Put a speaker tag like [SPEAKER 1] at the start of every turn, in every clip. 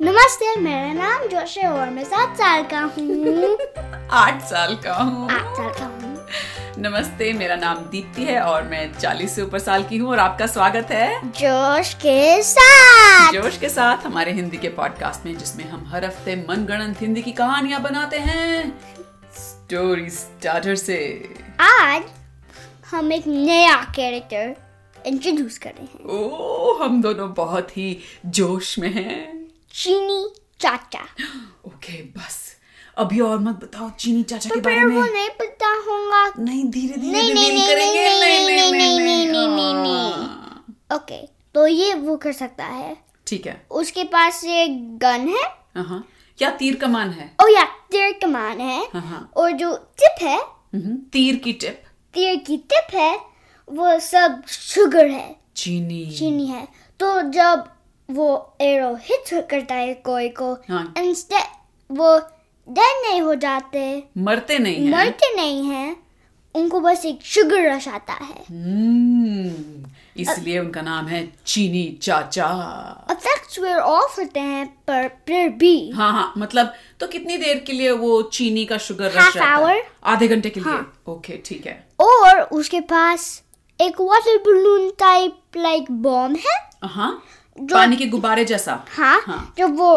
[SPEAKER 1] नमस्ते मेरा नाम जोश है और मैं सात साल का हूँ
[SPEAKER 2] आठ साल का हूँ
[SPEAKER 1] आठ साल का हूँ
[SPEAKER 2] नमस्ते मेरा नाम दीप्ति है और मैं चालीस से ऊपर साल की हूँ और आपका स्वागत है
[SPEAKER 1] जोश के साथ
[SPEAKER 2] जोश के साथ हमारे हिंदी के पॉडकास्ट में जिसमें हम हर हफ्ते मनगणन हिंदी की कहानियां बनाते हैं स्टोरी स्टार्टर से
[SPEAKER 1] आज हम एक नया कैरेक्टर इंट्रोड्यूस कर रहे हैं
[SPEAKER 2] ओ हम दोनों बहुत ही जोश में हैं
[SPEAKER 1] चीनी चाचा
[SPEAKER 2] हाँ, ओके बस अभी और मत बताओ चीनी चाचा के बारे
[SPEAKER 1] पर तो वो
[SPEAKER 2] में
[SPEAKER 1] नहीं पता होगा
[SPEAKER 2] नहीं धीरे धीरे
[SPEAKER 1] नहीं, नहीं,
[SPEAKER 2] रिवील
[SPEAKER 1] नहीं,
[SPEAKER 2] करेंगे
[SPEAKER 1] नहीं, नहीं,
[SPEAKER 2] नहीं नहीं नहीं
[SPEAKER 1] नहीं, नहीं, नहीं,
[SPEAKER 2] नहीं
[SPEAKER 1] नहीं।
[SPEAKER 2] हाँ।
[SPEAKER 1] ओके तो ये वो कर सकता है
[SPEAKER 2] ठीक है
[SPEAKER 1] उसके पास ये गन है Oh
[SPEAKER 2] हाँ क्या तीर कमान है
[SPEAKER 1] और या तीर कमान है
[SPEAKER 2] हाँ, हाँ।
[SPEAKER 1] और जो टिप है
[SPEAKER 2] हम्म, तीर की टिप
[SPEAKER 1] तीर की टिप है वो सब शुगर है
[SPEAKER 2] चीनी
[SPEAKER 1] चीनी है तो जब वो एरो हिट करता है कोई को
[SPEAKER 2] हाँ।
[SPEAKER 1] इंस्टेड वो डेड नहीं हो जाते
[SPEAKER 2] मरते नहीं है
[SPEAKER 1] मरते नहीं हैं उनको बस एक शुगर रश आता है
[SPEAKER 2] हम्म, इसलिए उनका नाम है Cheeni Chacha
[SPEAKER 1] effects wear off होते हैं पर फिर भी
[SPEAKER 2] हाँ हाँ मतलब तो कितनी देर के लिए वो चीनी का शुगर
[SPEAKER 1] Half
[SPEAKER 2] रश रहता है
[SPEAKER 1] hour?
[SPEAKER 2] आधे घंटे के लिए
[SPEAKER 1] हाँ।
[SPEAKER 2] ओके ठीक है
[SPEAKER 1] और उसके पास एक water balloon type like bomb है
[SPEAKER 2] हाँ
[SPEAKER 1] जो-
[SPEAKER 2] पानी के गुब्बारे जैसा
[SPEAKER 1] हाँ,
[SPEAKER 2] हाँ।
[SPEAKER 1] जब वो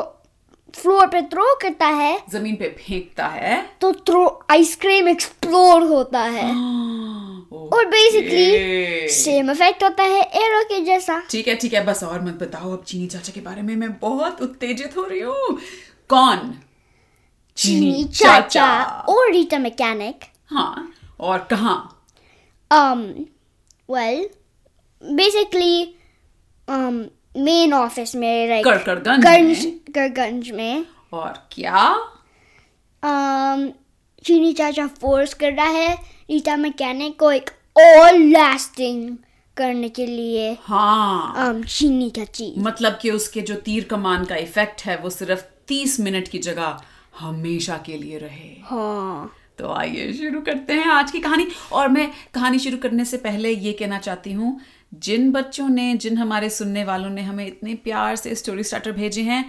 [SPEAKER 1] फ्लोर पे थ्रो करता है
[SPEAKER 2] जमीन पे फेंकता है
[SPEAKER 1] तो थ्रो आइसक्रीम एक्सप्लोर होता है और बेसिकली
[SPEAKER 2] Okay.
[SPEAKER 1] सेम इफेक्ट होता है एरो के जैसा
[SPEAKER 2] ठीक है ठीक है बस और मत बताओ अब चीनी चाचा के बारे में मैं बहुत उत्तेजित हो रही हूँ कौन
[SPEAKER 1] चीनी चाचा और रीटा मैकेनिक
[SPEAKER 2] हाँ और कहाँ
[SPEAKER 1] um well basically um main office में लाइक
[SPEAKER 2] कड़कड़गंज
[SPEAKER 1] गंज
[SPEAKER 2] में।
[SPEAKER 1] गंज में
[SPEAKER 2] और क्या
[SPEAKER 1] um चीनी चाचा फोर्स कर रहा है रीटा मैकेनिक को एक ऑल लास्टिंग करने के लिए
[SPEAKER 2] हाँ
[SPEAKER 1] um चीनी चाची
[SPEAKER 2] मतलब कि उसके जो तीर कमान का इफेक्ट है वो सिर्फ तीस मिनट की जगह हमेशा के लिए रहे
[SPEAKER 1] हाँ
[SPEAKER 2] तो आइए शुरू करते हैं आज की कहानी और मैं कहानी शुरू करने से पहले ये कहना चाहती हूँ जिन बच्चों ने जिन हमारे सुनने वालों ने हमें इतने प्यार से स्टोरी स्टार्टर भेजे हैं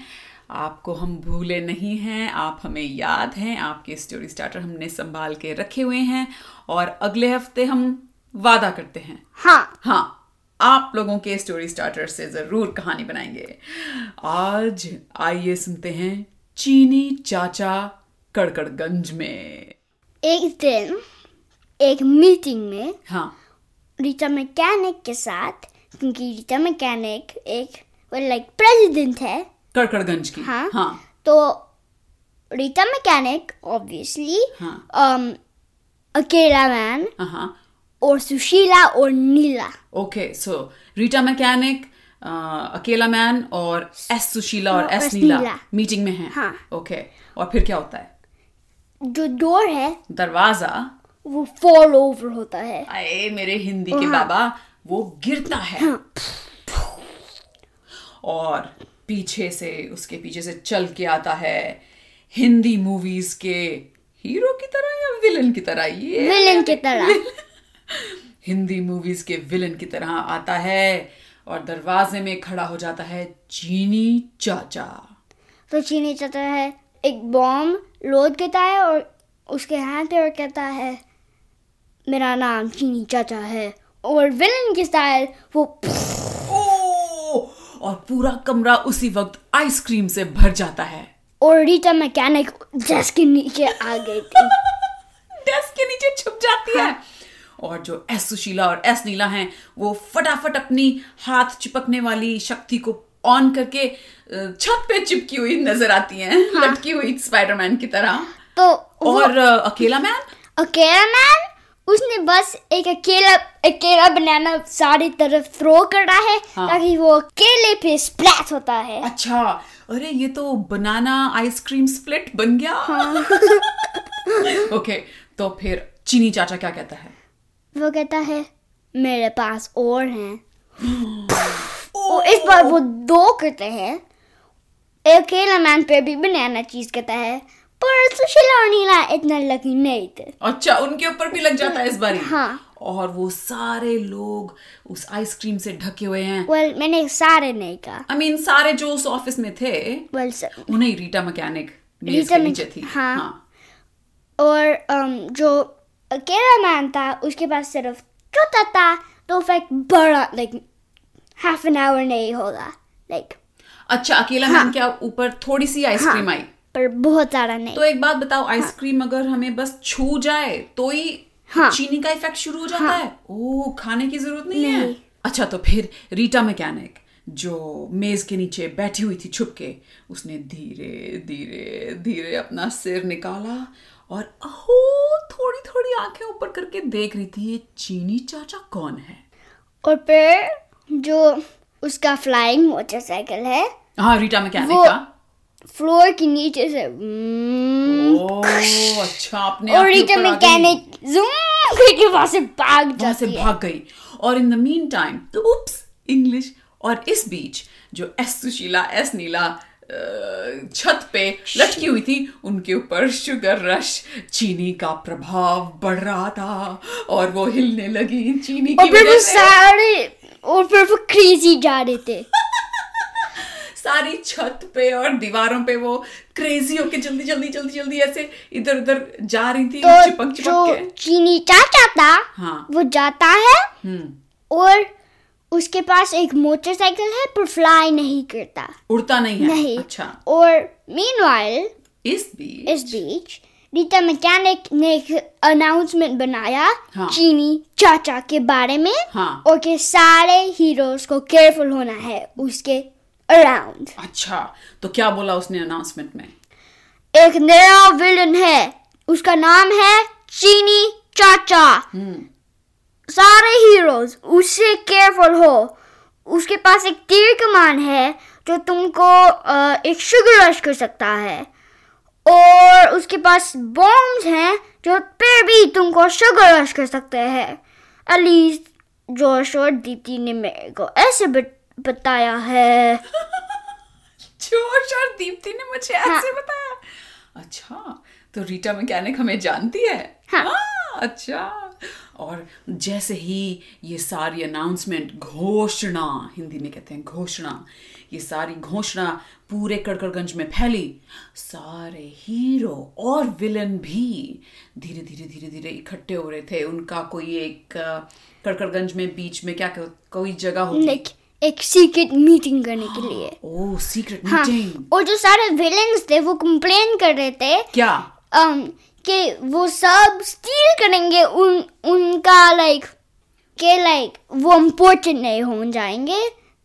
[SPEAKER 2] आपको हम भूले नहीं हैं आप हमें याद हैं आपके स्टोरी स्टार्टर हमने संभाल के रखे हुए हैं और अगले हफ्ते हम वादा करते हैं
[SPEAKER 1] हाँ
[SPEAKER 2] हाँ आप लोगों के स्टोरी स्टार्टर से जरूर कहानी बनाएंगे आज आइए सुनते हैं चीनी चाचा कड़कड़गंज में
[SPEAKER 1] एक दिन एक मीटिंग में
[SPEAKER 2] हाँ
[SPEAKER 1] रीटा मैकेनिक के साथ क्योंकि रीटा मैकेनिक एक लाइक प्रेसिडेंट है
[SPEAKER 2] कड़कड़गंज की
[SPEAKER 1] हाँ।
[SPEAKER 2] हाँ
[SPEAKER 1] तो रीटा मैकेनिक ऑब्वियसली
[SPEAKER 2] हाँ।
[SPEAKER 1] um, अकेला मैन
[SPEAKER 2] हाँ
[SPEAKER 1] और सुशीला और Neela
[SPEAKER 2] okay so Rita mechanic Akela man और एस सुशीला और
[SPEAKER 1] और
[SPEAKER 2] एस
[SPEAKER 1] हाँ, S
[SPEAKER 2] नीला
[SPEAKER 1] नीला।
[SPEAKER 2] मीटिंग में है
[SPEAKER 1] हाँ।
[SPEAKER 2] ओके और फिर क्या होता है
[SPEAKER 1] जो डोर है
[SPEAKER 2] दरवाजा
[SPEAKER 1] वो फॉल ओवर होता है
[SPEAKER 2] आए मेरे हिंदी के
[SPEAKER 1] हाँ।
[SPEAKER 2] बाबा वो गिरता है और पीछे से उसके पीछे से चल के आता है हिंदी मूवीज के हीरो की तरह या विलन की तरह ये
[SPEAKER 1] विलन की तरह
[SPEAKER 2] हिंदी मूवीज के विलन की तरह आता है और दरवाजे में खड़ा हो जाता है चीनी चाचा
[SPEAKER 1] तो चीनी चाहता है एक बॉम्ब लोड करता है और उसके हाथ पे और कहता है मेरा नाम चीनी चाचा है और विलन की स्टाइल वो
[SPEAKER 2] ओ और पूरा कमरा उसी वक्त आइसक्रीम से भर जाता है
[SPEAKER 1] और रीटा मैकेनिक डेस्क के नीचे आ गई थी
[SPEAKER 2] डेस्क के नीचे छुप जाती है और जो एस सुशीला और एस नीला हैं वो फटाफट अपनी हाथ चिपकने वाली शक्ति को ऑन करके अ, छत पे चिपकी हुई नजर आती हैं लटकी हुई स्पाइडरमैन की तरह
[SPEAKER 1] तो वो
[SPEAKER 2] और अ, अकेला मैन
[SPEAKER 1] अकेला मैन उसने बस एक अकेला अकेला बनाना सारी तरफ थ्रो करा है
[SPEAKER 2] हाँ।
[SPEAKER 1] ताकि वो अकेले पे स्प्लैश होता है
[SPEAKER 2] अच्छा अरे ये तो बनाना आइसक्रीम स्प्लिट बन गया ओके तो फिर चीनी चाचा क्या कहता है
[SPEAKER 1] वो कहता है मेरे पास और हैं और इस बार वो दो करते हैं अकेला मैन पे भी बनाना चीज करता है पर सुशीला और नीला इतना लकी नहीं थे
[SPEAKER 2] अच्छा उनके ऊपर भी लग जाता है इस बारी
[SPEAKER 1] हाँ।
[SPEAKER 2] और वो सारे लोग उस आइसक्रीम से ढके हुए हैं
[SPEAKER 1] वेल मैंने सारे नहीं कहा
[SPEAKER 2] आई I मीन mean, सारे जो उस ऑफिस में थे
[SPEAKER 1] वेल
[SPEAKER 2] वो नहीं रीटा मैकेनिक मेज
[SPEAKER 1] रीटा
[SPEAKER 2] के
[SPEAKER 1] मैक-
[SPEAKER 2] नीचे थी
[SPEAKER 1] हाँ। और अम, जो अकेला मैन था उसके पास सिर्फ छोटा था तो फैक्ट बड़ा लाइक हाफ एन आवर नहीं होगा लाइक
[SPEAKER 2] अच्छा अकेला
[SPEAKER 1] हाँ।
[SPEAKER 2] मैन क्या ऊपर थोड़ी सी आइसक्रीम आई
[SPEAKER 1] पर बहुत सारा नहीं
[SPEAKER 2] तो एक बात बताओ आइसक्रीम अगर हमें बस छू जाए तो ही
[SPEAKER 1] हाँ।
[SPEAKER 2] चीनी का इफेक्ट शुरू हो जाता है ओह खाने की जरूरत नहीं, है
[SPEAKER 1] नहीं।
[SPEAKER 2] अच्छा तो फिर रीटा मैकेनिक जो मेज के नीचे बैठी हुई थी छुप के उसने धीरे धीरे धीरे अपना सिर निकाला और अहो थोड़ी थोड़ी आंखें ऊपर करके देख रही थी ये चीनी चाचा कौन है
[SPEAKER 1] और फिर जो उसका फ्लाइंग मोटरसाइकिल है
[SPEAKER 2] हाँ रीटा मैकेनिक
[SPEAKER 1] वो-
[SPEAKER 2] का
[SPEAKER 1] फ्लोर के नीचे से हम्म,
[SPEAKER 2] ओह अच्छा अपने आप
[SPEAKER 1] और
[SPEAKER 2] के
[SPEAKER 1] रीटा
[SPEAKER 2] ऊपर आ गई।
[SPEAKER 1] मैकेनिक जूम करके वहां से भाग
[SPEAKER 2] वहां से
[SPEAKER 1] जाती है
[SPEAKER 2] भाग गई और इन द मीन टाइम तो उप्स इंग्लिश और इस बीच जो एस सुशीला एस नीला अ, छत पे लटकी हुई थी उनके ऊपर शुगर रश चीनी का प्रभाव बढ़ रहा था और वो हिलने लगी चीनी की
[SPEAKER 1] और फिर
[SPEAKER 2] वजह
[SPEAKER 1] वो
[SPEAKER 2] से
[SPEAKER 1] सारे और फिर वो क्रेजी जा रहे थे
[SPEAKER 2] सारी छत पे और दीवारों पे वो क्रेजी होके जल्दी जल्दी जल्दी जल्दी ऐसे इधर उधर जा रही थी
[SPEAKER 1] तो
[SPEAKER 2] चिपक
[SPEAKER 1] जो
[SPEAKER 2] चिपक के
[SPEAKER 1] चीनी चाचा था
[SPEAKER 2] हाँ।
[SPEAKER 1] वो जाता है
[SPEAKER 2] हम्म
[SPEAKER 1] और उसके पास एक मोटरसाइकिल है पर फ्लाई नहीं करता
[SPEAKER 2] उड़ता नहीं है
[SPEAKER 1] नहीं
[SPEAKER 2] अच्छा
[SPEAKER 1] और मीनवाइल
[SPEAKER 2] इस बीच
[SPEAKER 1] इस बीच रीता मैकेनिक ने एक अनाउंसमेंट बनाया
[SPEAKER 2] हाँ।
[SPEAKER 1] चीनी चाचा के बारे में
[SPEAKER 2] हाँ।
[SPEAKER 1] और के सारे हीरोज को केयरफुल होना है उसके अराउंड
[SPEAKER 2] अच्छा तो क्या बोला उसने अनाउंसमेंट में
[SPEAKER 1] एक नया विलन है उसका नाम है चीनी चाचा
[SPEAKER 2] हम्म।
[SPEAKER 1] सारे हीरोज उससे केयरफुल हो उसके पास एक तीर कमान है जो तुमको अ, एक शुगर रश कर सकता है और उसके पास बॉम्ब्स हैं जो फिर भी तुमको शुगर रश कर सकते हैं अलीस जोश और दीप्ति ने मेरे को ऐसे बत- बताया है
[SPEAKER 2] जोश और दीप्ति ने मुझे
[SPEAKER 1] हाँ।
[SPEAKER 2] ऐसे बताया अच्छा तो रीटा मैकेनिक हमें जानती है
[SPEAKER 1] हाँ।
[SPEAKER 2] हाँ, अच्छा और जैसे ही ये सारी अनाउंसमेंट घोषणा हिंदी में कहते हैं घोषणा ये सारी घोषणा पूरे कड़कड़गंज में फैली सारे हीरो और विलन भी धीरे धीरे धीरे धीरे इकट्ठे हो रहे थे उनका कोई एक अ, कड़कड़गंज में बीच में क्या कहो- कोई जगह होती
[SPEAKER 1] लाइक एक सीक्रेट मीटिंग करने के लिए
[SPEAKER 2] ओह सीक्रेट
[SPEAKER 1] हाँ
[SPEAKER 2] मीटिंग
[SPEAKER 1] और जो सारे विलेंस थे वो कंप्लेन कर रहे थे
[SPEAKER 2] क्या
[SPEAKER 1] um, कि वो सब स्टील करेंगे उन उनका लाइक के लाइक वो इम्पोर्टेंट नहीं हो जाएंगे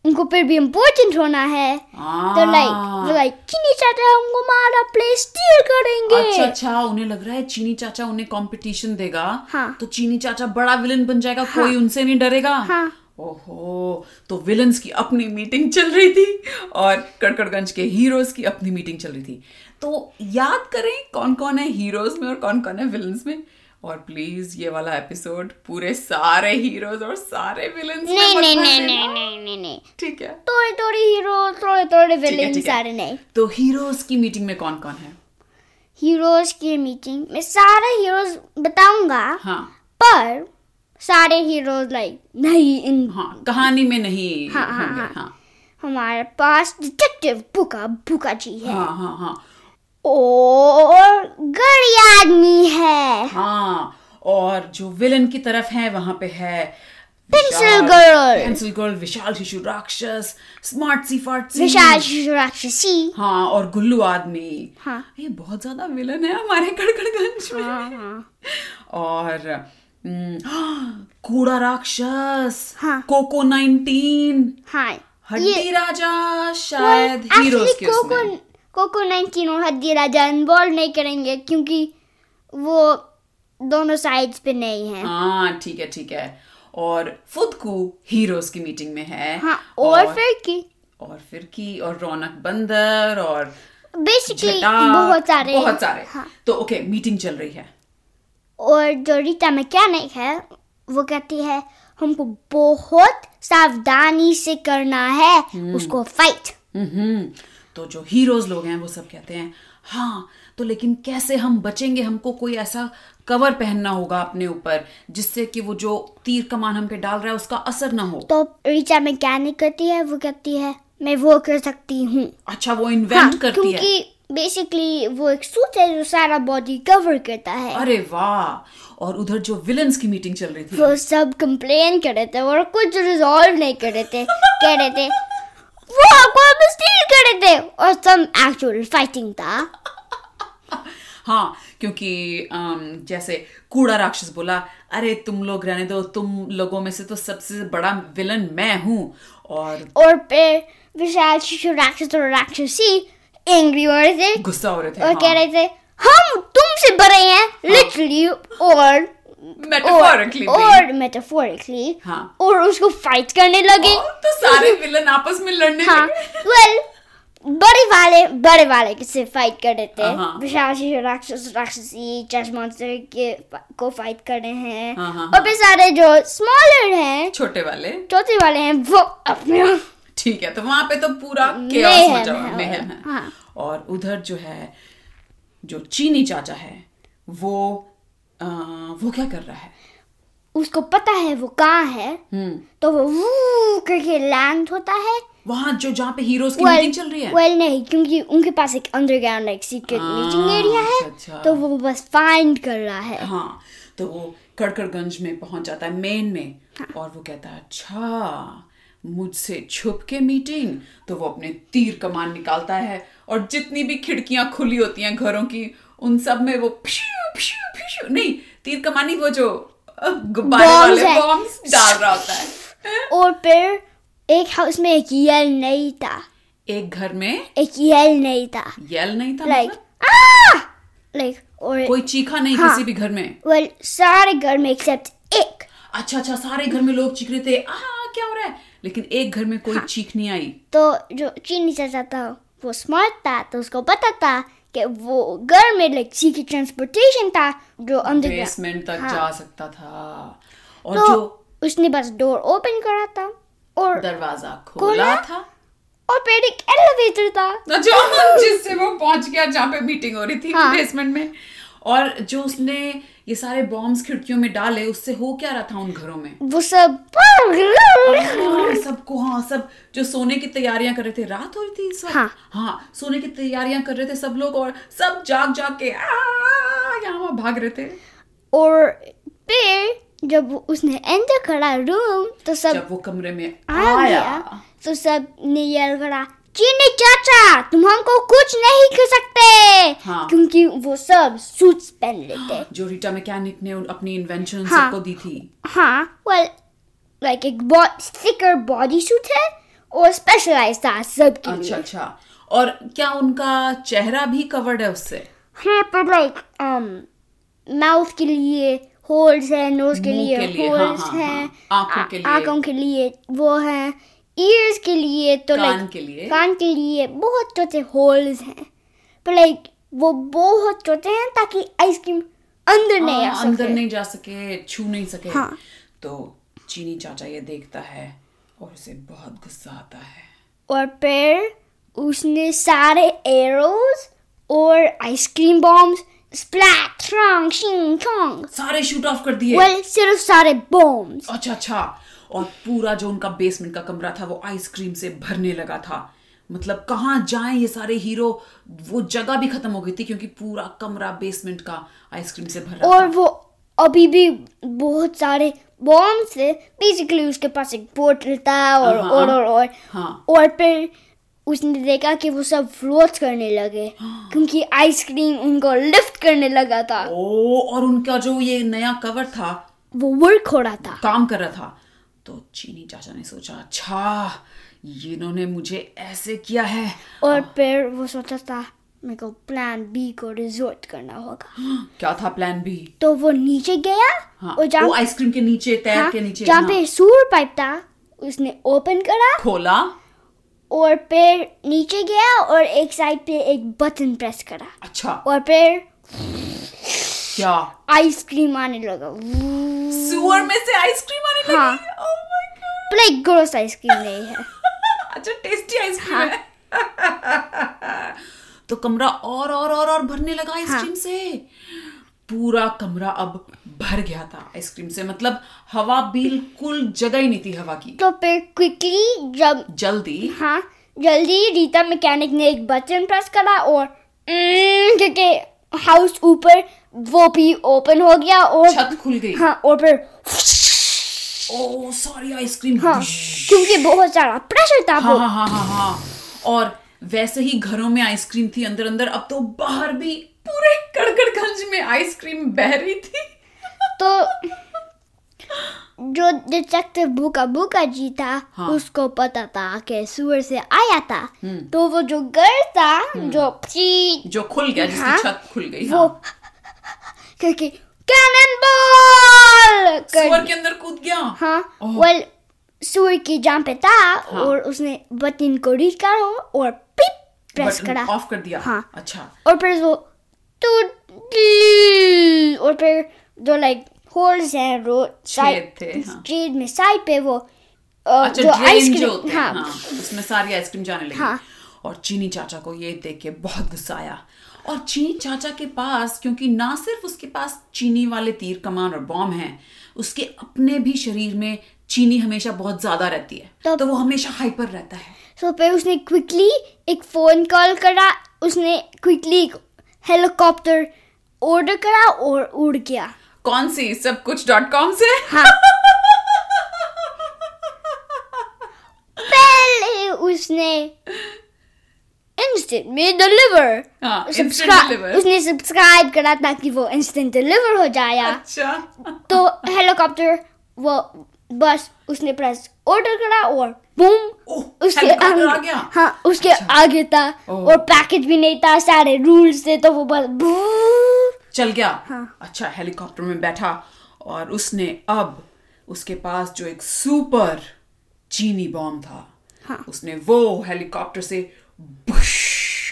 [SPEAKER 1] उनको फिर भी इम्पोर्टेंट होना है तो लाइक
[SPEAKER 2] Ah.
[SPEAKER 1] लाइक चीनी चाचा हमको मारा प्ले स्टील करेंगे
[SPEAKER 2] अच्छा अच्छा उन्हें लग रहा है चीनी चाचा उन्हें कंपटीशन देगा
[SPEAKER 1] हाँ।
[SPEAKER 2] तो चीनी चाचा बड़ा विलन बन जाएगा कोई उनसे नहीं डरेगा
[SPEAKER 1] हाँ।
[SPEAKER 2] ओहो तो विलन्स की अपनी मीटिंग चल रही थी और कड़कड़गंज के हीरोज की अपनी मीटिंग चल रही थी तो याद करें कौन कौन है हीरोज में और कौन कौन है विलन्स में और प्लीज ये वाला एपिसोड पूरे सारे हीरोज और सारे विलन्स में
[SPEAKER 1] नहीं
[SPEAKER 2] मत
[SPEAKER 1] नहीं
[SPEAKER 2] भर
[SPEAKER 1] नहीं
[SPEAKER 2] देना।
[SPEAKER 1] नहीं नहीं नहीं नहीं
[SPEAKER 2] ठीक है
[SPEAKER 1] थोड़े थोड़े हीरो थोड़े थोड़े
[SPEAKER 2] ठीक है,
[SPEAKER 1] विलेन
[SPEAKER 2] ठीक है।
[SPEAKER 1] सारे नहीं
[SPEAKER 2] तो हीरोज की मीटिंग में कौन कौन है
[SPEAKER 1] हीरोज की मीटिंग मैं सारे हीरोज बताऊंगा
[SPEAKER 2] हाँ
[SPEAKER 1] पर सारे हीरोज लाइक नहीं इन
[SPEAKER 2] हाँ कहानी में नहीं
[SPEAKER 1] हाँ, हाँ,
[SPEAKER 2] होंगे,
[SPEAKER 1] हाँ।
[SPEAKER 2] हाँ
[SPEAKER 1] हमारे पास डिटेक्टिव बुका बुका जी है
[SPEAKER 2] हाँ हाँ हाँ
[SPEAKER 1] और गड़ी आदमी है
[SPEAKER 2] हाँ और जो विलन की तरफ है वहां पे है
[SPEAKER 1] Pencil
[SPEAKER 2] Vishal-
[SPEAKER 1] girl.
[SPEAKER 2] Pencil girl Vishal Shishu Rakshas smart सी फार्ट
[SPEAKER 1] विशाल शिशु राक्षसी
[SPEAKER 2] हाँ और गुल्लू आदमी
[SPEAKER 1] हाँ।
[SPEAKER 2] ये बहुत ज्यादा विलन है हमारे कड़कड़गंज में
[SPEAKER 1] हाँ।
[SPEAKER 2] और हम्म, हाँ, कूड़ा राक्षस
[SPEAKER 1] हाँ।
[SPEAKER 2] कोको 19
[SPEAKER 1] हाँ
[SPEAKER 2] हड्डी राजा शायद हीरोज के
[SPEAKER 1] कोको
[SPEAKER 2] उसमें
[SPEAKER 1] कोको नाइनटीन और हद्दी राजा इन्वॉल्व नहीं करेंगे क्योंकि वो दोनों साइड्स पे नहीं है
[SPEAKER 2] हाँ ठीक है ठीक है और फुदकू हीरोज की मीटिंग में है
[SPEAKER 1] हाँ और फिर की
[SPEAKER 2] और फिरकी और रौनक बंदर और
[SPEAKER 1] बेसिकली
[SPEAKER 2] झटा
[SPEAKER 1] बहुत सारे
[SPEAKER 2] बहुत सारे
[SPEAKER 1] हाँ
[SPEAKER 2] तो ओके मीटिंग चल रही है
[SPEAKER 1] और जो रीता मैकेनिक है वो कहती है हमको बहुत सावधानी से करना है उसको फाइट
[SPEAKER 2] हम्म तो जो हीरोज लोग हैं वो सब कहते हैं हाँ तो लेकिन कैसे हम बचेंगे हमको कोई ऐसा कवर पहनना होगा अपने ऊपर जिससे कि वो जो तीर कमान हम पे डाल रहा है उसका असर ना हो
[SPEAKER 1] तो रीचा मैकेनिक करती है वो कहती है मैं वो कर सकती हूँ हाँ,
[SPEAKER 2] अच्छा वो इन्वेंट करती है
[SPEAKER 1] क्योंकि बेसिकली वो एक सूट है जो सारा बॉडी कवर करता है
[SPEAKER 2] अरे वाह और उधर जो विलन्स की मीटिंग चल रही थी
[SPEAKER 1] वो सब कंप्लेन कर रहे थे और कुछ रिजॉल्व नहीं कर रहे थे कह रहे थे वो आपको स्टील कर रहे थे और सम एक्चुअल फाइटिंग था
[SPEAKER 2] हाँ क्योंकि अम, जैसे कूड़ा राक्षस बोला अरे तुम लोग रहने दो तुम लोगों में से तो सबसे बड़ा विलन मैं हूँ और
[SPEAKER 1] और फिर विशाल शिशु राक्षस और राक्षसी एंग्री हो रहे थे
[SPEAKER 2] गुस्सा हो रहे थे
[SPEAKER 1] और कह
[SPEAKER 2] हाँ,
[SPEAKER 1] रहे थे हम तुमसे बड़े हैं लिटरली और
[SPEAKER 2] metaphorically
[SPEAKER 1] और,
[SPEAKER 2] भी।
[SPEAKER 1] और मेटाफोरिकली
[SPEAKER 2] हाँ।
[SPEAKER 1] और उसको फाइट करने लगे
[SPEAKER 2] और तो सारे विलन आपस में लड़ने
[SPEAKER 1] हाँ
[SPEAKER 2] लगे
[SPEAKER 1] वेल बड़े वाले बड़े वाले के से फाइट कर रहे थे
[SPEAKER 2] हाँ।
[SPEAKER 1] विशाल शिशु राक्षस राक्षसी चर्च मॉन्स्टर के को फाइट कर रहे हैं
[SPEAKER 2] हाँ, हाँ,
[SPEAKER 1] और फिर सारे जो स्मॉलर हैं
[SPEAKER 2] छोटे वाले
[SPEAKER 1] चौथे वाले हैं वो अपने
[SPEAKER 2] ठीक है तो वहां पे तो पूरा
[SPEAKER 1] mayhem
[SPEAKER 2] chaos मचा हुआ
[SPEAKER 1] है,
[SPEAKER 2] है mayhem है
[SPEAKER 1] हाँ।
[SPEAKER 2] और उधर जो है जो चीनी चाचा है वो अ, वो क्या कर रहा है
[SPEAKER 1] उसको पता है वो कहाँ है
[SPEAKER 2] हम्म
[SPEAKER 1] तो वो वू करके लैंड होता है
[SPEAKER 2] वहां जो जहाँ पे हीरोज की
[SPEAKER 1] वेल
[SPEAKER 2] मीटिंग चल रही है
[SPEAKER 1] वेल नहीं क्योंकि उनके पास एक अंडरग्राउंड एक सीक्रेट
[SPEAKER 2] हाँ,
[SPEAKER 1] मीटिंग एरिया है
[SPEAKER 2] अच्छा, अच्छा।
[SPEAKER 1] तो वो बस फाइंड कर रहा है
[SPEAKER 2] हाँ तो वो कड़कड़गंज में पहुंच जाता है मेन में
[SPEAKER 1] हाँ।
[SPEAKER 2] और वो कहता है अच्छा मुझसे छुप के मीटिंग तो वो अपने तीर कमान निकालता है और जितनी भी खिड़कियां खुली होती हैं घरों की उन सब में वो प्शू प्शू प्शू नहीं तीर कमान नहीं वो जो अ, गुब्बारे
[SPEAKER 1] Bombs
[SPEAKER 2] वाले
[SPEAKER 1] है।
[SPEAKER 2] बॉम्ब्स डाल रहा होता है
[SPEAKER 1] और फिर एक हाउस में एक येल नहीं था
[SPEAKER 2] एक घर में
[SPEAKER 1] एक येल नहीं था
[SPEAKER 2] येल नहीं था
[SPEAKER 1] लाइक
[SPEAKER 2] मतलब?
[SPEAKER 1] लाइक और
[SPEAKER 2] कोई चीखा नहीं
[SPEAKER 1] हाँ।
[SPEAKER 2] किसी भी घर में
[SPEAKER 1] वेल सारे घर में एक्सेप्ट एक
[SPEAKER 2] अच्छा अच्छा सारे घर में लोग चीख रहे थे आ क्या हो रहा है लेकिन एक घर में कोई चीख नहीं आई
[SPEAKER 1] तो जो चीनी चाचा था वो स्मार्ट था तो उसको पता था कि वो घर में लाइक सी की ट्रांसपोर्टेशन था जो अंदर
[SPEAKER 2] बेसमेंट तक
[SPEAKER 1] हाँ।
[SPEAKER 2] जा सकता था और
[SPEAKER 1] तो
[SPEAKER 2] जो
[SPEAKER 1] उसने बस डोर ओपन करा था और
[SPEAKER 2] दरवाजा खोला
[SPEAKER 1] खोला?
[SPEAKER 2] था तो
[SPEAKER 1] और फिर एक एलिवेटर था
[SPEAKER 2] जो जिससे वो पहुंच गया जहाँ पे मीटिंग हो रही थी
[SPEAKER 1] हाँ।
[SPEAKER 2] बेसमेंट में और जो उसने ये सारे बॉम्ब्स खिड़कियों में डाले उससे हो क्या रहा था उन घरों में
[SPEAKER 1] वो सब
[SPEAKER 2] हाँ, सबको हाँ सब जो सोने की तैयारियां कर रहे थे रात हो रही थी सब
[SPEAKER 1] हाँ।
[SPEAKER 2] हाँ सोने की तैयारियां कर रहे थे सब लोग और सब जाग जाग के "आ, यहाँ वहाँ भाग रहे थे
[SPEAKER 1] और फिर जब उसने एंटर करा रूम तो सब
[SPEAKER 2] जब वो कमरे में
[SPEAKER 1] आ
[SPEAKER 2] आया
[SPEAKER 1] गया तो सब ने yell करा चीनी चाचा तुम हमको कुछ नहीं कर सकते
[SPEAKER 2] हाँ।
[SPEAKER 1] क्योंकि वो सब सूट्स पहन लेते
[SPEAKER 2] जो रीटा मैकेनिक ने उन- अपनी इन्वेंशन
[SPEAKER 1] हाँ।
[SPEAKER 2] सबको दी थी
[SPEAKER 1] हाँ वेल लाइक एक बहुत थिकर बॉडी सूट है और स्पेशलाइज था सबके
[SPEAKER 2] अच्छा
[SPEAKER 1] लिए
[SPEAKER 2] अच्छा और क्या उनका चेहरा भी कवर्ड है उससे
[SPEAKER 1] हाँ पर लाइक um माउथ के लिए होल्स है नोज के
[SPEAKER 2] मुंह
[SPEAKER 1] लिए
[SPEAKER 2] के लिए, हाँ,
[SPEAKER 1] होल्स
[SPEAKER 2] हाँ,
[SPEAKER 1] हैं
[SPEAKER 2] हाँ। आंखों
[SPEAKER 1] आ-
[SPEAKER 2] के लिए।
[SPEAKER 1] आंखों के लिए वो है ईयर्स के लिए तो
[SPEAKER 2] कान
[SPEAKER 1] लाइक
[SPEAKER 2] के लिए।
[SPEAKER 1] कान के लिए बहुत छोटे होल्स हैं पर लाइक वो बहुत छोटे हैं ताकि आइसक्रीम अंदर नहीं आ
[SPEAKER 2] हाँ,
[SPEAKER 1] सके
[SPEAKER 2] अंदर नहीं जा सके छू नहीं सके
[SPEAKER 1] हाँ।
[SPEAKER 2] तो चीनी चाचा ये देखता है और उसे बहुत गुस्सा आता है
[SPEAKER 1] और फिर उसने सारे एरोज और आइसक्रीम बॉम्ब्स स्प्लैट ट्रंग शिंग चोंग
[SPEAKER 2] सारे शूट ऑफ कर दिए
[SPEAKER 1] वेल सिर्फ सारे बॉम्ब्स
[SPEAKER 2] अच्छा अच्छा और पूरा जो उनका बेसमेंट का कमरा था वो आइसक्रीम से भरने लगा था मतलब कहाँ जाएं ये सारे हीरो वो जगह भी खत्म हो गई थी क्योंकि पूरा कमरा बेसमेंट का आइसक्रीम से भर रहा
[SPEAKER 1] और वो अभी भी बहुत सारे बॉम्ब्स थे बेसिकली उसके पास एक बोतल था और
[SPEAKER 2] हाँ,
[SPEAKER 1] और और और
[SPEAKER 2] हाँ।
[SPEAKER 1] और फिर उसने देखा कि वो सब फ्लोट करने लगे क्योंकि आइसक्रीम उनको लिफ्ट करने लगा था
[SPEAKER 2] था ओ और उनका जो ये नया कवर था
[SPEAKER 1] वो वर्क हो रहा था
[SPEAKER 2] काम कर रहा था तो चीनी चाचा ने सोचा अच्छा ये इन्होंने मुझे ऐसे किया है
[SPEAKER 1] और
[SPEAKER 2] हाँ।
[SPEAKER 1] फिर वो सोचा था मेरे को प्लान बी को रिजोर्ट करना होगा
[SPEAKER 2] क्या था प्लान बी
[SPEAKER 1] तो वो नीचे गया
[SPEAKER 2] हाँ
[SPEAKER 1] और जहाँ
[SPEAKER 2] वो आइसक्रीम के नीचे तैर
[SPEAKER 1] हाँ,
[SPEAKER 2] के नीचे
[SPEAKER 1] जहाँ
[SPEAKER 2] हाँ,
[SPEAKER 1] पे सूर पाइप था उसने ओपन करा
[SPEAKER 2] खोला
[SPEAKER 1] और फिर नीचे गया और एक साइड पे एक बटन प्रेस करा
[SPEAKER 2] अच्छा
[SPEAKER 1] और फिर
[SPEAKER 2] क्या
[SPEAKER 1] आइसक्रीम आने लगा
[SPEAKER 2] सुअर में से आइसक्रीम आने लगी
[SPEAKER 1] हाँ।
[SPEAKER 2] Oh my God!
[SPEAKER 1] मतलब लाइक ग्रोस आइसक्रीम नहीं है
[SPEAKER 2] अच्छा टेस्टी आइसक्रीम
[SPEAKER 1] हाँ।
[SPEAKER 2] है तो कमरा और और और और भरने लगा
[SPEAKER 1] हाँ।
[SPEAKER 2] आइसक्रीम से पूरा कमरा अब भर गया था आइसक्रीम से मतलब हवा बिल्कुल जगह ही नहीं थी हवा की
[SPEAKER 1] तो फिर क्विकली जब
[SPEAKER 2] जल्दी
[SPEAKER 1] हाँ जल्दी रीता मैकेनिक ने एक बटन प्रेस करा और "Mm", करके हाउस ऊपर वो भी ओपन हो गया और
[SPEAKER 2] छत खुल गई
[SPEAKER 1] हाँ और फिर
[SPEAKER 2] ओ सॉरी आइसक्रीम
[SPEAKER 1] हाँ क्योंकि बहुत सारा प्रेशर था
[SPEAKER 2] हाँ
[SPEAKER 1] वो
[SPEAKER 2] हाँ हाँ हाँ हाँ और वैसे ही घरों में आइसक्रीम थी अंदर अंदर अब तो बाहर भी पूरे कड़कड़गंज में आइसक्रीम बह रही थी
[SPEAKER 1] तो जो डिटेक्टिव बुका बुका जी था
[SPEAKER 2] हाँ। हम्म।
[SPEAKER 1] उसको पता था कि सुअर से आया था तो वो जो घर था जो पची
[SPEAKER 2] जो खुल गया जिसकी
[SPEAKER 1] हाँ,
[SPEAKER 2] छत खुल गई
[SPEAKER 1] वो
[SPEAKER 2] हाँ।
[SPEAKER 1] करके कैनन बॉल
[SPEAKER 2] सुअर के अंदर कूद गया
[SPEAKER 1] हाँ
[SPEAKER 2] ओह।
[SPEAKER 1] वेल सुअर की जान पे था
[SPEAKER 2] हाँ।
[SPEAKER 1] और उसने बटन को रीच करो और पिप प्रेस
[SPEAKER 2] बटन
[SPEAKER 1] करा
[SPEAKER 2] ऑफ कर दिया
[SPEAKER 1] हाँ।
[SPEAKER 2] अच्छा
[SPEAKER 1] और फिर वो टूट- और फिर जो लाइक होल्स हैं रोड साइड
[SPEAKER 2] थे, हाँ।
[SPEAKER 1] स्ट्रीट में साइड पे वो अ,
[SPEAKER 2] अच्छा
[SPEAKER 1] जो
[SPEAKER 2] ड्रेन जो होते
[SPEAKER 1] आइसक्रीम
[SPEAKER 2] हैं
[SPEAKER 1] हाँ
[SPEAKER 2] हाँ, उसमें सारी आइसक्रीम जाने लगी
[SPEAKER 1] हाँ।
[SPEAKER 2] और चीनी चाचा को ये देख के बहुत गुस्सा आया और चीनी चाचा के पास क्योंकि ना सिर्फ उसके पास चीनी वाले तीर कमान और बॉम्ब हैं उसके अपने भी शरीर में चीनी हमेशा बहुत ज्यादा रहती है
[SPEAKER 1] तो-
[SPEAKER 2] तो वो हमेशा हाइपर रहता है
[SPEAKER 1] सो फिर उसने क्विकली एक फोन कॉल करा उसने क्विकली एक हेलीकॉप्टर ऑर्डर करा और उड़ गया
[SPEAKER 2] कौन सी सब कुछ डॉट कॉम से
[SPEAKER 1] हाँ पहले उसने इंस्टेंट में डिलीवर
[SPEAKER 2] हाँ, instant deliver।
[SPEAKER 1] उसने सब्सक्राइब करा ताकि वो इंस्टेंट डिलीवर हो जाया
[SPEAKER 2] अच्छा
[SPEAKER 1] तो हेलीकॉप्टर वो बस उसने प्रेस ऑर्डर करा और बूम
[SPEAKER 2] ओह, helicopter आ गया। अच्छा,
[SPEAKER 1] हाँ उसके आगे था
[SPEAKER 2] ओह।
[SPEAKER 1] और पैकेज भी नहीं था सारे रूल्स थे तो वो बस बूम।
[SPEAKER 2] चल गया
[SPEAKER 1] हाँ।
[SPEAKER 2] अच्छा हेलीकॉप्टर में बैठा और उसने अब उसके पास जो एक सुपर चीनी बॉम्ब था
[SPEAKER 1] हाँ।
[SPEAKER 2] उसने वो हेलीकॉप्टर से बुश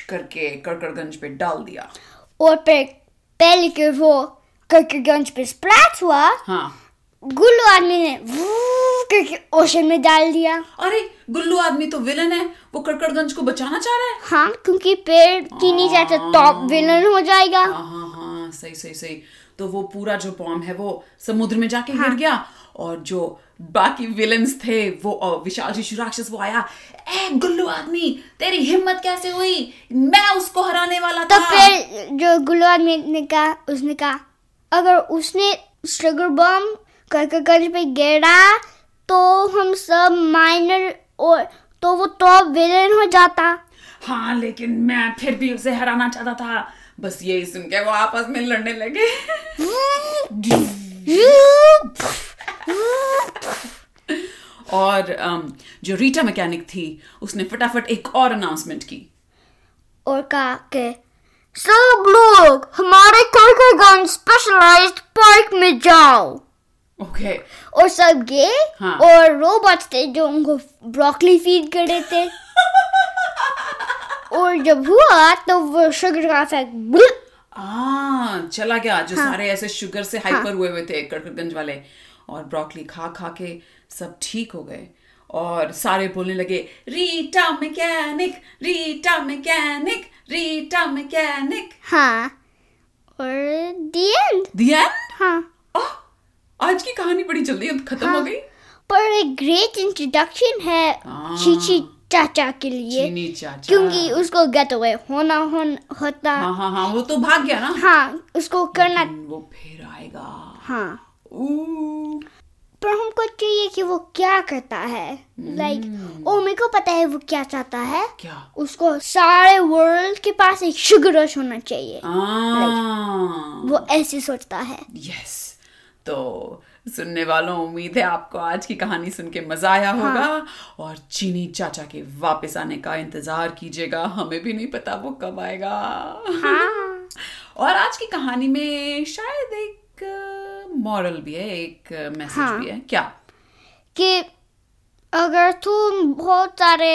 [SPEAKER 2] करके कड़कड़गंज पे डाल दिया
[SPEAKER 1] और फिर पहले के वो करकेगंज पे स्प्लैश हुआ
[SPEAKER 2] हाँ
[SPEAKER 1] गुल्लू आदमी ने वू करके ओशन में डाल दिया
[SPEAKER 2] अरे गुल्लू आदमी तो विलन है वो कड़कड़गंज को बचाना चाह रहा है
[SPEAKER 1] हाँ क्योंकि पेड़ चीनी जैसा टॉप विलन हो जाएगा
[SPEAKER 2] हाँ हाँ हाँ सही सही सही तो वो पूरा जो बॉम्ब है वो समुद्र में जाके
[SPEAKER 1] हाँ।
[SPEAKER 2] गिर गया और जो बाकी विलन्स थे वो अ, विशाल शिशु राक्षस वो आया ए गुल्लू आदमी तेरी हिम्मत कैसे हुई मैं उसको हराने वाला
[SPEAKER 1] तो
[SPEAKER 2] था
[SPEAKER 1] फिर जो गुल्लू आदमी ने कहा उसने कहा अगर उसने शुगर बम करकेगंज पे गिरा तो हम सब माइनर और तो वो टॉप विलन हो जाता
[SPEAKER 2] हाँ लेकिन मैं फिर भी उसे हराना चाहता था बस यही सुन के वो आपस में लड़ने लगे और अम, जो रीटा मैकेनिक थी उसने फटाफट एक और अनाउंसमेंट की
[SPEAKER 1] और कहा के सब लोग हमारे करकेगंज स्पेशलाइज्ड पार्क में जाओ
[SPEAKER 2] ओके
[SPEAKER 1] और सब गए
[SPEAKER 2] हाँ।
[SPEAKER 1] और रोबोट्स थे जो उनको ब्रोकली फीड कर रहे थे और जब हुआ तो वो शुगर का इफेक्ट
[SPEAKER 2] आ हाँ, चला गया जो
[SPEAKER 1] हाँ।
[SPEAKER 2] सारे ऐसे शुगर से हाइपर हुए हुए थे कड़कड़गंज वाले और ब्रोकली खा खा के सब ठीक हो गए और सारे बोलने लगे Rita mechanic Rita mechanic Rita mechanic
[SPEAKER 1] हाँ और दी एंड
[SPEAKER 2] दी एंड
[SPEAKER 1] हाँ
[SPEAKER 2] आज की कहानी बड़ी जल्दी अब खत्म हो गई
[SPEAKER 1] पर एक ग्रेट इंट्रोडक्शन है
[SPEAKER 2] हाँ।
[SPEAKER 1] चीची चाचा के लिए
[SPEAKER 2] चीनी चाचा
[SPEAKER 1] क्योंकि उसको गेट अवे होना होन, होता
[SPEAKER 2] हाँ हम्म। हाँ हाँ वो तो भाग गया ना
[SPEAKER 1] हाँ उसको करना
[SPEAKER 2] वो फिर आएगा
[SPEAKER 1] हाँ
[SPEAKER 2] ऊ,
[SPEAKER 1] पर हमको चाहिए कि वो क्या करता है
[SPEAKER 2] हम्म।
[SPEAKER 1] लाइक ओ मेरे को पता है वो क्या चाहता है
[SPEAKER 2] क्या
[SPEAKER 1] उसको सारे वर्ल्ड के पास एक शुगर रश होना चाहिए
[SPEAKER 2] हाँ। आ
[SPEAKER 1] वो ऐसे सोचता है
[SPEAKER 2] यस तो सुनने वालों उम्मीद है आपको आज की कहानी सुन के मजा आया
[SPEAKER 1] हाँ।
[SPEAKER 2] होगा और चीनी चाचा के वापस आने का इंतजार कीजिएगा हमें भी नहीं पता वो कब आएगा और आज की कहानी में शायद एक मॉरल भी है एक मैसेज
[SPEAKER 1] हाँ।
[SPEAKER 2] भी है क्या
[SPEAKER 1] कि अगर तुम बहुत सारे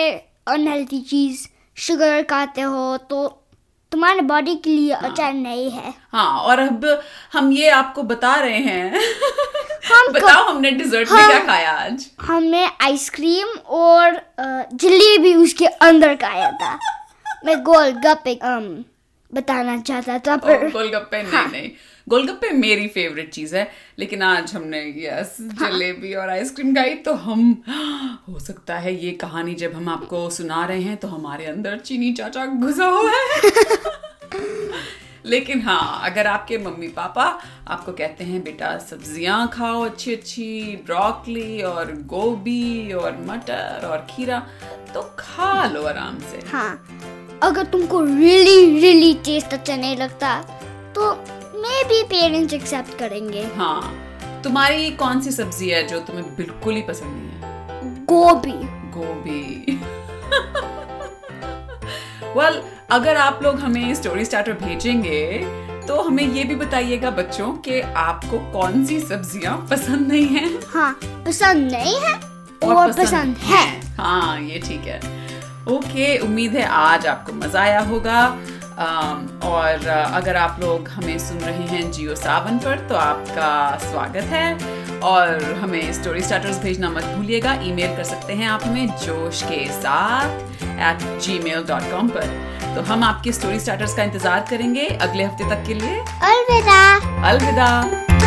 [SPEAKER 1] अनहेल्थी चीज शुगर खाते हो तो तुम्हारे बॉडी के लिए अच्छा नहीं है
[SPEAKER 2] हाँ और अब हम ये आपको बता रहे हैं
[SPEAKER 1] हम
[SPEAKER 2] हाँ, बताओ हमने डिजर्ट में
[SPEAKER 1] हम-
[SPEAKER 2] क्या खाया आज
[SPEAKER 1] हमने आइसक्रीम और अ, जलेबी उसके अंदर खाया था मैं गोलगप्पे um, बताना चाहता था
[SPEAKER 2] और
[SPEAKER 1] पर
[SPEAKER 2] गोलगप्पे नहीं नहीं गोलगप्पे मेरी फेवरेट चीज है लेकिन आज हमने यस जलेबी और आइसक्रीम खाई तो हम हो सकता है ये कहानी जब हम आपको सुना रहे हैं तो हमारे अंदर चीनी चाचा घुसा हुआ है लेकिन हाँ अगर आपके मम्मी पापा आपको कहते हैं बेटा सब्जियां खाओ अच्छी अच्छी ब्रोकली और गोभी और मटर और खीरा तो खा लो आराम से
[SPEAKER 1] हाँ अगर तुमको रियली रियली टेस्ट अच्छा नहीं लगता तो मे बी पेरेंट्स एक्सेप्ट करेंगे
[SPEAKER 2] हाँ तुम्हारी कौन सी सब्जी है जो तुम्हें बिल्कुल ही पसंद नहीं है
[SPEAKER 1] गोभी
[SPEAKER 2] गोभी वेल well, अगर आप लोग हमें स्टोरी स्टार्टर भेजेंगे तो हमें ये भी बताइएगा बच्चों कि आपको कौन सी सब्जियां पसंद नहीं हैं
[SPEAKER 1] हाँ पसंद नहीं है और, पसंद, है
[SPEAKER 2] हाँ ये ठीक है ओके उम्मीद है आज आपको मजा आया होगा अम, और अ, अगर आप लोग हमें सुन रहे हैं जियो सावन पर तो आपका स्वागत है और हमें स्टोरी स्टार्टर्स भेजना मत भूलिएगा ईमेल कर सकते हैं आप हमें जोश के साथ at Gmail dot com पर तो हम आपके स्टोरी स्टार्टर्स का इंतजार करेंगे अगले हफ्ते तक के लिए
[SPEAKER 1] अलविदा
[SPEAKER 2] अलविदा